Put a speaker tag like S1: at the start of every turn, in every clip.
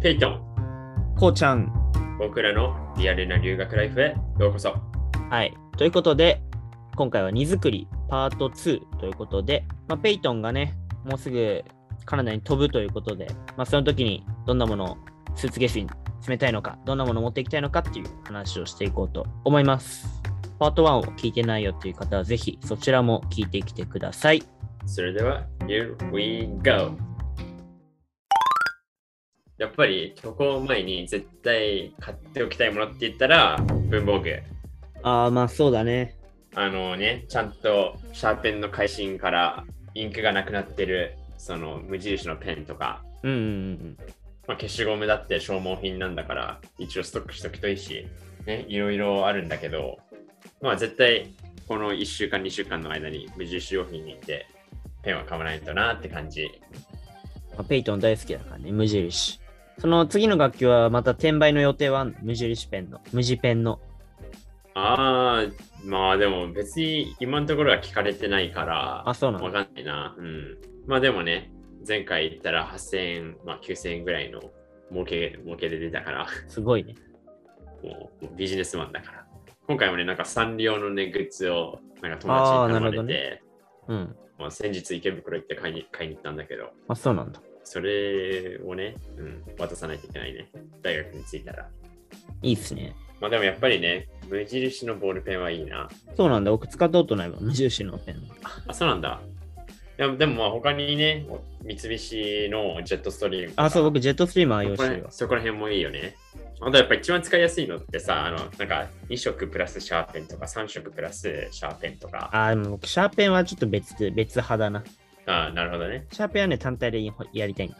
S1: ペイトン、
S2: こうちゃん。
S1: 僕らのリアルな留学ライフへようこそ。
S2: はい。ということで、今回は荷造りパート2ということで、まあ、ペイトンがね、もうすぐカナダに飛ぶということで、まあ、その時にどんなものをスーツケースに詰めたいのか、どんなものを持っていきたいのかっていう話をしていこうと思います。パート1を聞いてないよっていう方は、ぜひそちらも聞いてきてください。
S1: それでは、Here we go! やっぱり渡航前に絶対買っておきたいものって言ったら文房具。
S2: ああ、まあそうだね。
S1: あのね、ちゃんとシャーペンの回芯からインクがなくなってるその無印のペンとか、
S2: うんうんうん
S1: まあ、消しゴムだって消耗品なんだから一応ストックしとくといいし、ね、いろいろあるんだけど、まあ絶対この1週間2週間の間に無印良品に行ってペンは買わないとなって感じ。
S2: うん。まあペイトン大好きだからね、無印。その次の楽器はまた転売の予定はあんの無印ペンの、無地ペンの。
S1: ああ、まあでも別に今のところは聞かれてないから、
S2: あ、そうな
S1: わ
S2: の
S1: かんないな。うん。まあでもね、前回言ったら8000円、まあ9000円ぐらいの儲け、儲けで出たから、
S2: すごいね。
S1: もうもうビジネスマンだから。今回もね、なんかサンリオのね、グッズをなんか友
S2: あー
S1: 達に頼ま
S2: な
S1: れ
S2: るほど
S1: て、
S2: うん。
S1: まあ、先日池袋行って買いに買いに行ったんだけど、
S2: あ、そうなんだ。
S1: それをね、うん、渡さないといけないね。大学に着いたら。
S2: いいっすね。
S1: まあでもやっぱりね、無印のボールペンはいいな。
S2: そうなんだ。僕使ったことないわ。無印のペン。
S1: あ、そうなんだ。いやでもまあ他にね、三菱のジェットストリームとか。
S2: あ、そう、僕、ジェットストリーム愛用
S1: そこ
S2: して
S1: ら
S2: るわ。
S1: そこら辺もいいよね。あとやっぱ一番使いやすいのってさ、あのなんか2色プラスシャーペンとか3色プラスシャーペンとか。
S2: あ、でも僕、シャーペンはちょっと別で、別派だな。
S1: ああ、なるほどね。
S2: シャーペンはね、単体でやりたい。こ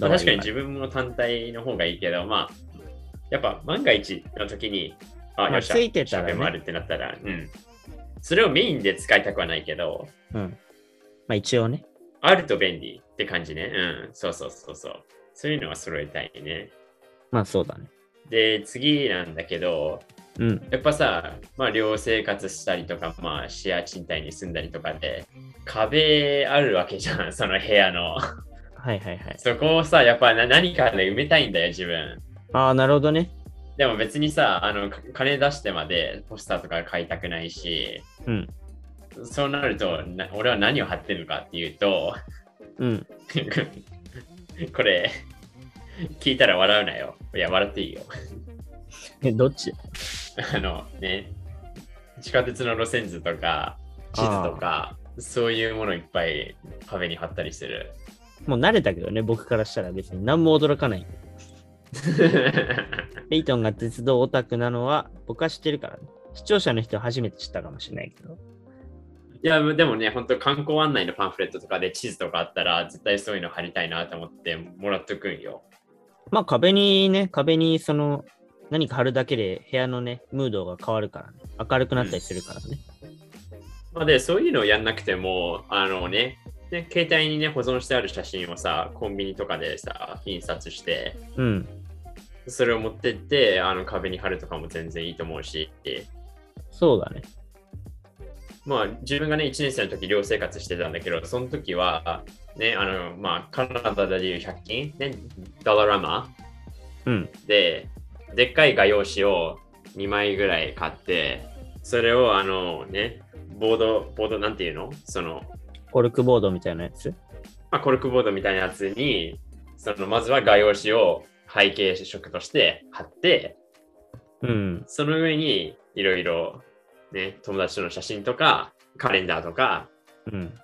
S1: まあ
S2: わ
S1: 確
S2: り
S1: か
S2: が
S1: に自分も単体の方がいいけど、まあ、やっぱ万が一の時に、あ、
S2: まあ
S1: よっしゃ、
S2: ついてたらね
S1: シャーペンもあるってなったら、うん。それをメインで使いたくはないけど、
S2: うん。まあ、一応ね。
S1: あると便利って感じね。うん、そうそうそうそう。そういうのは揃えたいね。
S2: まあ、そうだね。
S1: で、次なんだけど、
S2: うん。
S1: やっぱさ、まあ、寮生活したりとか、まあ、シェア賃貸に住んだりとかで、壁あるわけじゃん、その部屋の。
S2: はいはいはい。
S1: そこをさ、やっぱな何かで埋めたいんだよ、自分。
S2: ああ、なるほどね。
S1: でも別にさ、あの、か金出してまでポスターとか買いたくないし、
S2: うん。
S1: そうなると、な俺は何を貼ってるのかっていうと、
S2: うん。
S1: これ、聞いたら笑うなよ。いや、笑っていいよ。
S2: え、どっち
S1: あのね、地下鉄の路線図とか、地図とか、そういうものいっぱい壁に貼ったりす る。
S2: もう慣れたけどね、僕からしたら別に何も驚かない。ペイトンが鉄道オタクなのは僕は知ってるからね。視聴者の人は初めて知ったかもしれないけど。
S1: いや、でもね、本当観光案内のパンフレットとかで地図とかあったら、絶対そういうの貼りたいなと思ってもらっとくんよ。
S2: まあ壁にね、壁にその何か貼るだけで部屋のね、ムードが変わるからね。明るくなったりするからね。
S1: まあ、で、そういうのをやんなくても、あのね、ね携帯にね、保存してある写真をさ、コンビニとかでさ、印刷して、
S2: うん。
S1: それを持ってって、あの壁に貼るとかも全然いいと思うし、
S2: そうだね。
S1: まあ、自分がね、1年生の時寮生活してたんだけど、その時は、ね、あの、まあ、カナダでいう100均、ね、ダララマ
S2: うん。
S1: で、でっかい画用紙を2枚ぐらい買って、それをあのね、ボード、ボードなんていうのその、
S2: コルクボードみたいなやつ。
S1: まあ、コルクボードみたいなやつに、その、まずは画用紙を背景色として貼って、
S2: うん。
S1: その上にいろいろ、ね、友達との写真とか、カレンダーとか、
S2: うん。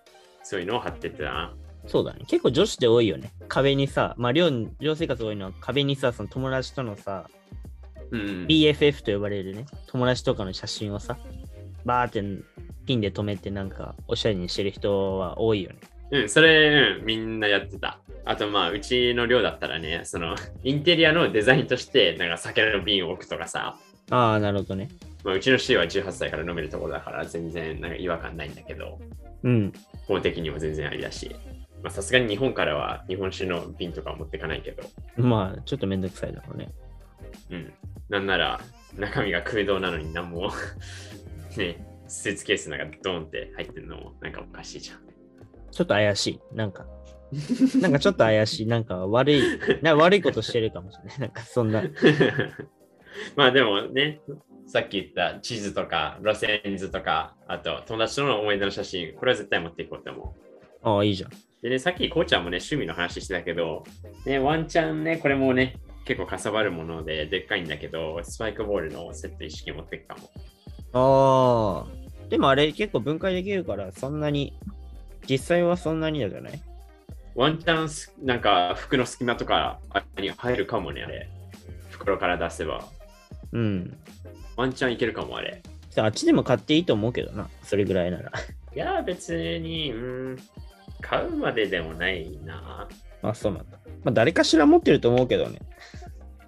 S1: そういうのを貼ってってたな。
S2: そうだね。結構女子って多いよね。壁にさ、まあ寮に寮生活多いのは壁にさ、その友達とのさ、
S1: うん。
S2: BFF と呼ばれるね、友達とかの写真をさ、バーってピンで止めてなんかおしゃれにしてる人は多いよね。
S1: うん、それ、うん、みんなやってた。あと、まあ、うちの寮だったらね、その、インテリアのデザインとして、なんか酒の瓶を置くとかさ、
S2: ああ、なるほどね。
S1: まあ、うちの C は18歳から飲めるところだから、全然、なんか違和感ないんだけど、
S2: うん。
S1: 法的にも全然ありだし、まあ、さすがに日本からは日本酒の瓶とかは持ってかないけど、
S2: まあ、ちょっとめんどくさいだろうね。
S1: うん。なんなら、中身が空洞なのになんも、 ね、スーツケースなんかドーンって入ってるのも、なんかおかしいじゃん。
S2: ちょっと怪しい。なんか、なんかちょっと怪しい。なんか悪い、なんか悪いことしてるかもしれない。なんかそんな。
S1: まあでもね、さっき言った地図とか路線図とか、あと友達との思い出の写真、これは絶対持っていこうと思う。
S2: ああ、いいじゃん。
S1: でね、さっきこうちゃんもね、趣味の話してたけど、ね、ワンチャンね、これもね、結構かさばるもので、でっかいんだけど、スパイクボールのセット意識持っていくかも。
S2: ああ。でもあれ結構分解できるから、そんなに、実際はそんなにだじゃない
S1: ワンチャンす、なんか服の隙間とかに入るかもね、あれ。袋から出せば。
S2: うん。
S1: ワンチャンいけるかも、あれ。
S2: さあっちでも買っていいと思うけどな。それぐらいなら。
S1: いや、別に、うん、買うまででもないな。
S2: あ、そうなんだ。まあ誰かしら持ってると思うけどね。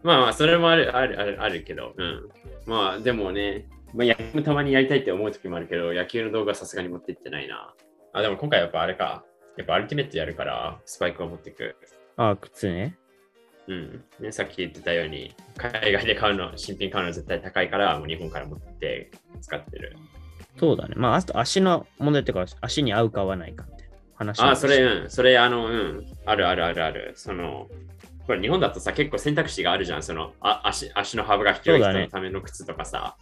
S1: まあまあ、それもある、ある、ある、あるけど、うん。まあ、でもね、まあ、野球もたまにやりたいって思う時もあるけど、野球の動画はさすがに持ってってないな。あ、でも今回やっぱあれか。やっぱアルティメットやるから、スパイクを持っていく。
S2: ああ、靴ね。
S1: うん。ね、さっき言ってたように、海外で買うの、新品買うの絶対高いから、もう日本から持って使ってる。
S2: そうだね。まあ、あと足の問題っていうか、足に合うか合わないかみたいな話なん
S1: あ、
S2: です
S1: それ、うん。それ、あの、うん。あるあるあるある。その、これ日本だとさ、結構選択肢があるじゃん。その、あ足足の幅が広い人
S2: そうだ
S1: の
S2: ね
S1: ための靴とかさ。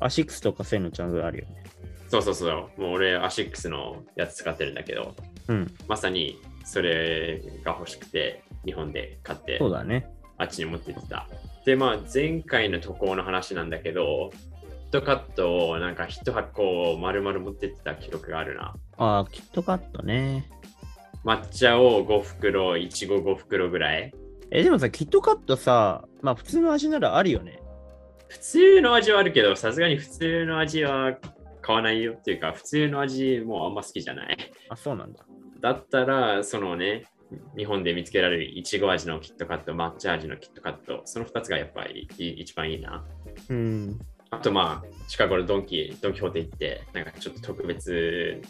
S2: 足靴とかそういうのちゃんとあるよね。
S1: そうそうそう。もう俺、アシックスのやつ使ってるんだけど、
S2: うん。
S1: まさにそれが欲しくて、日本で買って
S2: そ、うだね。
S1: あっちに持って行ってた。で、まあ、前回の渡航の話なんだけど、ヒットカットをなんかヒット発行を丸々持ってってた記録があるな。
S2: ああ、キットカットね。
S1: 抹茶を5袋、いちご5袋ぐらい。
S2: え、でもさ、キットカットさ、まあ普通の味ならあるよね。
S1: 普通の味はあるけど、さすがに普通の味は買わないよっていうか、普通の味もうあんま好きじゃない。
S2: あ、そうなんだ。
S1: だったら、そのね、日本で見つけられるいちご味のキットカット、抹茶味のキットカット、その2つがやっぱりいい一番いいな。
S2: うん。
S1: あとまあ、近頃ドンキ、ドンキホーテ行って、なんかちょっと特別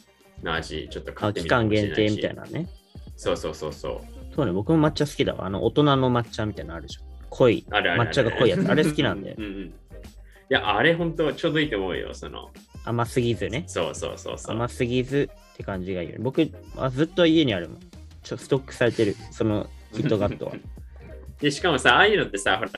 S1: な味、ちょっと買
S2: あ
S1: ってみ
S2: 期
S1: るか
S2: 間
S1: もしれ
S2: 限定
S1: し
S2: みたい。なね。
S1: そうそうそうそう。
S2: そうね、僕も抹茶好きだわ。あの、大人の抹茶みたいなのあるじゃん。濃い。
S1: あるあるある
S2: 抹茶が濃いやつあれ好きなんだよ
S1: ううんうん。いや、あれ本当ちょうどいいと思うよ、その。
S2: 甘すぎずね。
S1: そうそうそうそう。
S2: 甘すぎずって感じがいいよね。僕あ、ずっと家にあるもん。ちょストックされてる。そのキットカッ トは。
S1: で、しかもさ、ああいうのってさ、ほら、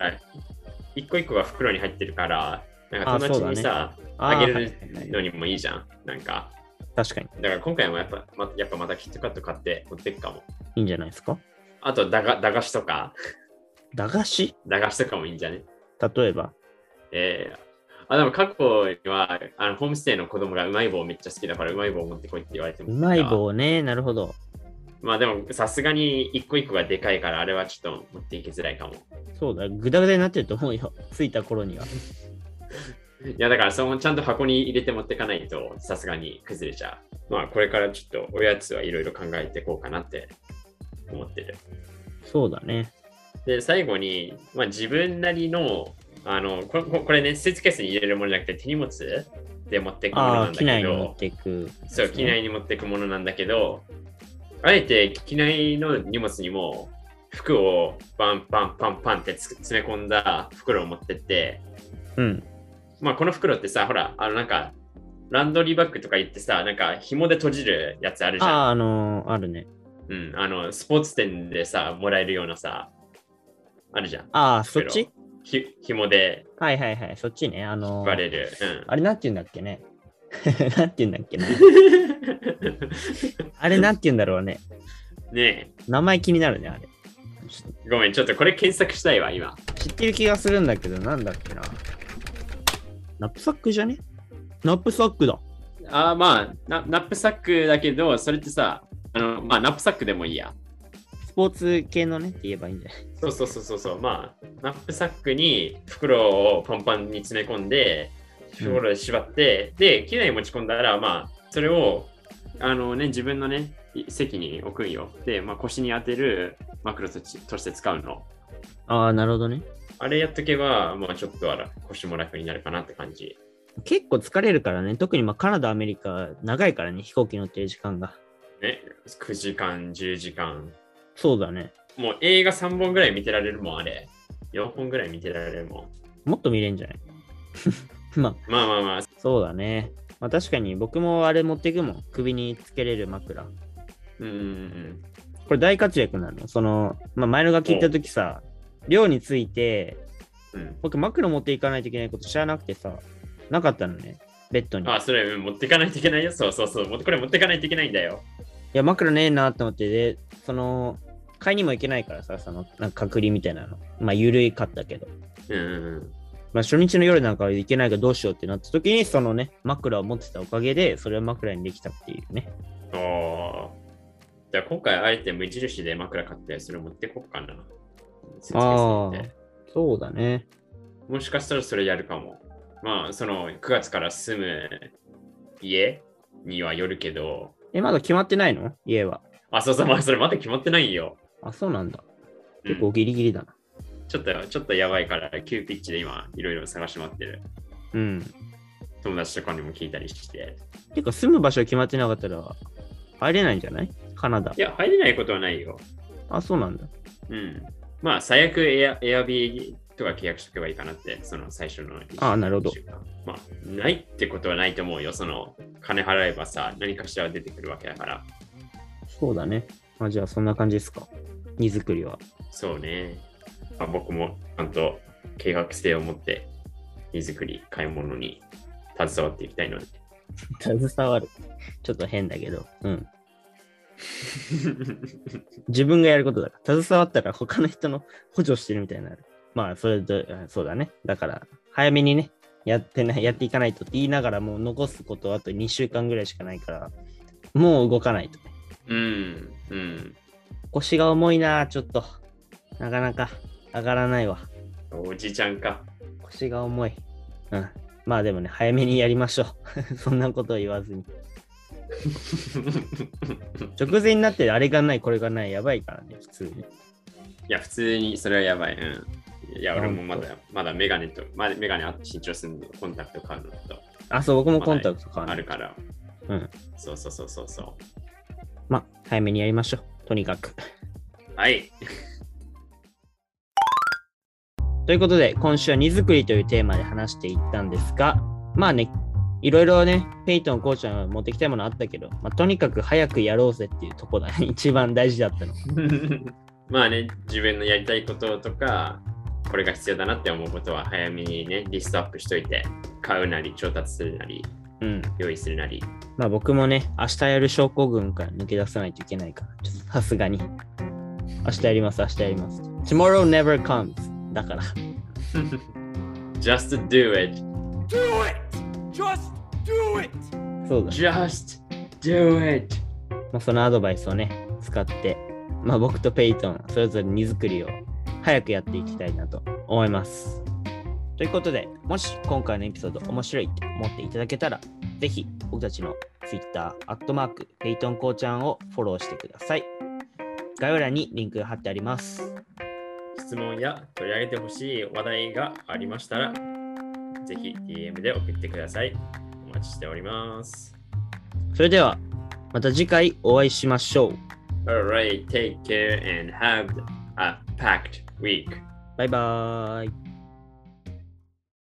S1: 一個一個が袋に入ってるから、なんか
S2: あ
S1: 友達
S2: そうだ
S1: に
S2: ね
S1: さ、
S2: ー
S1: あげ
S2: はい
S1: る
S2: はい
S1: の
S2: はい
S1: にもいいじゃん。なんか。
S2: 確かに。
S1: だから今回もやっぱ、ま、やっぱまたキットカット買って持ってくかも。
S2: いいんじゃないですか
S1: あと駄菓、駄菓子とか、
S2: 駄菓子
S1: 駄菓子とかもいいんじゃね
S2: 例えば。
S1: えー、あ、でも過去には、あの、ホームステイの子供がうまい棒めっちゃ好きだから、うまい棒持ってこいって言われても。
S2: うまい。棒ね。なるほど。
S1: まあでも、さすがに一個一個がでかいから、あれはちょっと持っていきづらいかも。
S2: そうだ。ぐだぐだになってると思うよ。着いた頃には。
S1: いや、だから、そのちゃんと箱に入れて持ってかないと、さすがに崩れちゃう。まあ、これからちょっとおやつはいろいろ考えていこうかなって思ってる。
S2: そうだね。
S1: で、最後に、まあ、自分なりの、あのこれここれね、スーツケースに入れるものじゃなくて手荷物で持っていくもの
S2: あ
S1: な
S2: あ、
S1: んだ
S2: 機
S1: け
S2: 内に持っ
S1: ど、
S2: ていく。
S1: そう、機内に持っていくものなんだけど、あえて機内の荷物にも服をパンパンパンパンってつ詰め込んだ袋を持ってって、
S2: うん。
S1: まあ、この袋ってさ、ほら、あのなんか、ランドリーバッグとか言ってさ、なんか紐で閉じるやつあるじ
S2: あ
S1: ゃん。
S2: あ、あのーあるね。
S1: うん、あの、スポーツ店でさ、もらえるようなさ、あるじゃん。
S2: ああ、そっち
S1: ひ紐で
S2: はいはいはい。そっちね。あのー
S1: 引かれる。うん
S2: あれなんて言うんだっけね。 なんて言うんだっけ ね。あれなんて言うんだろうね。
S1: ね
S2: 名前気になるね、あれ。ちょっ
S1: え、ごめん、ちょっとこれ検索したいわ、今。
S2: と知ってる気がするんだけど、なんだっけな。ナップサックじゃねナップサックだ。
S1: あーまあナ、ナップサックだけど、それってさ、あの、まあ、ナップサックでもいいや。
S2: スポーツ系のねって言えばいいんじゃない
S1: そうそうそうそうそう、まあ、ナップサックに袋をパンパンに詰め込んで、袋で縛って、で、機内に持ち込んだら、まあ、それを、あのね、自分のね、い席に置くんよ。で、まあ、腰に当てるマクロとちとして使うの。
S2: ああ、なるほどね。あ
S1: あれやっとけば、まあ、ちょっとはら腰も楽になるかなって感じ。
S2: 結構疲れるからね。特にまあカナダ、アメリカ、長いからね、飛行機乗ってる時間が。
S1: ね、9時間、10時間。
S2: そうだね。
S1: もう映画3本ぐらい見てられるもん、あれ。4本ぐらい見てられるもん。
S2: もっと見れんじゃない ま
S1: まあまあまあ、
S2: あ、そうだね。まあ確かに僕もあれ持ってくもん。首につけれる枕。
S1: うんうんうん。
S2: これ大活躍なの。その、まあ、前の楽器行った時さ、寮について、
S1: うん。
S2: 僕、マクロ持っていかないといけないこと知らなくてさ、なかったのね、ベッドに。
S1: あ、それうん持ってかないといけないよ。そうそうそう。持ってこれ持ってかないといけないんだよ。
S2: いや、枕ねえなって思って、で、その、買いにも行けないからさ、その、なんか隔離みたいなの。まあ、緩いかったけど。
S1: うんうんうん。
S2: まあ、初日の夜なんか行けないからどうしようってなった時に、そのね、枕を持ってたおかげで、それを枕にできたっていうね。
S1: あじゃあ今回あえて無印で枕買ってそれ持ってこっかな。
S2: あー
S1: スーツケース持って
S2: そうだね。
S1: もしかしたらそれやるかも。まあその9月から住む家にはよるけど、
S2: え、まだ決まってないの家は。
S1: あ、そうそう、まあそれまだ決まってないよ。
S2: あ、そうなんだ。
S1: うん
S2: 結構ギリギリだな。
S1: ちょっと、ちょっとやばいから、急ピッチで今、いろいろ探し回ってる。
S2: うん。
S1: 友達とかにも聞いたりして。
S2: てか、住む場所決まってなかったら、入れないんじゃないカナダ
S1: い。や、入れないことはないよ。
S2: あ、そうなんだ。
S1: うん。まあ、最悪エア、エアビーとか契約しとけばいいかなって、その最初の一週間。
S2: あなるほど
S1: 一週間まあ、ないってことはないと思うよ。その、金払えばさ、何かしら出てくるわけだから。
S2: そうだね。まあ、じゃあ、そんな感じですか。荷造りは。
S1: そうね。まあ、僕も、ちゃんと計画性を持って、荷造り、買い物に携わっていきた いので。
S2: 携わる。ちょっと変だけど。うん。自分がやることだから。携わったら他の人の補助してるみたいになる。まあ、それで、うんそうだね。だから、早めにね、やってない、やっていかないとって言いながら、もう残すことあと2週間ぐらいしかないから、もう動かないとね。
S1: うん、うん。
S2: 腰が重いな、ちょっと。なかなか上がらないわ。
S1: おじちゃんか。
S2: 腰が重い。うん。まあでもね、早めにやりましょう。 そんなことを言わずに。直前になって、あれがない、これがない、やばいからね、普通に。
S1: いや、普通にそれはやばい。うん。いや、俺もま
S2: ほ
S1: だ、まだメガネと、まだメガネあ新調するの、コンタクト買うのと
S2: あ、そう、僕もコンタクト買わな
S1: あ
S2: い。
S1: るから。
S2: うん。
S1: そうそうそうそうそ
S2: まあ、早めにやりましょう。とにかく。
S1: う。はい。
S2: ということで、今週は荷造りというテーマで話していったんですが、まあね、いろいろね、ペイトン、コーチャンが持ってきたいものあったけど、まあ、とにかく早くやろうぜっていうとこだ、ね、 一番大事だったの。
S1: まあね、自分のやりたいこととか、これが必要だなって思うことは早めにね、リストアップしといて、買うなり、調達するなり、
S2: うん。
S1: 用意するなり。
S2: まあ僕もね、明日やる症候群から抜け出さないといけないから、ちょっとさすがに。明日やります、明日やります。Tomorrow never comes. だから。
S1: Just do it!
S3: Do it! Just do it!
S2: そうだね。
S1: Just do it!
S2: まあ、そのアドバイスをね、使って、まあ僕とペイトン、それぞれ荷造りを早くやっていきたいなと思います。ということで、もし今回のエピソード面白いって思っていただけたら、ぜひ僕たちの Twitter、アットマーク、ペイトンこうちゃんをフォローしてください。概要欄にリンクが貼ってあります。
S1: 質問や取り上げてほしい話題がありましたら、ぜひ DM で送ってください。お待ちしております。
S2: それでは、また次回お会いしましょう。
S1: Alright, take care and have a packed week.
S2: バイバーイ。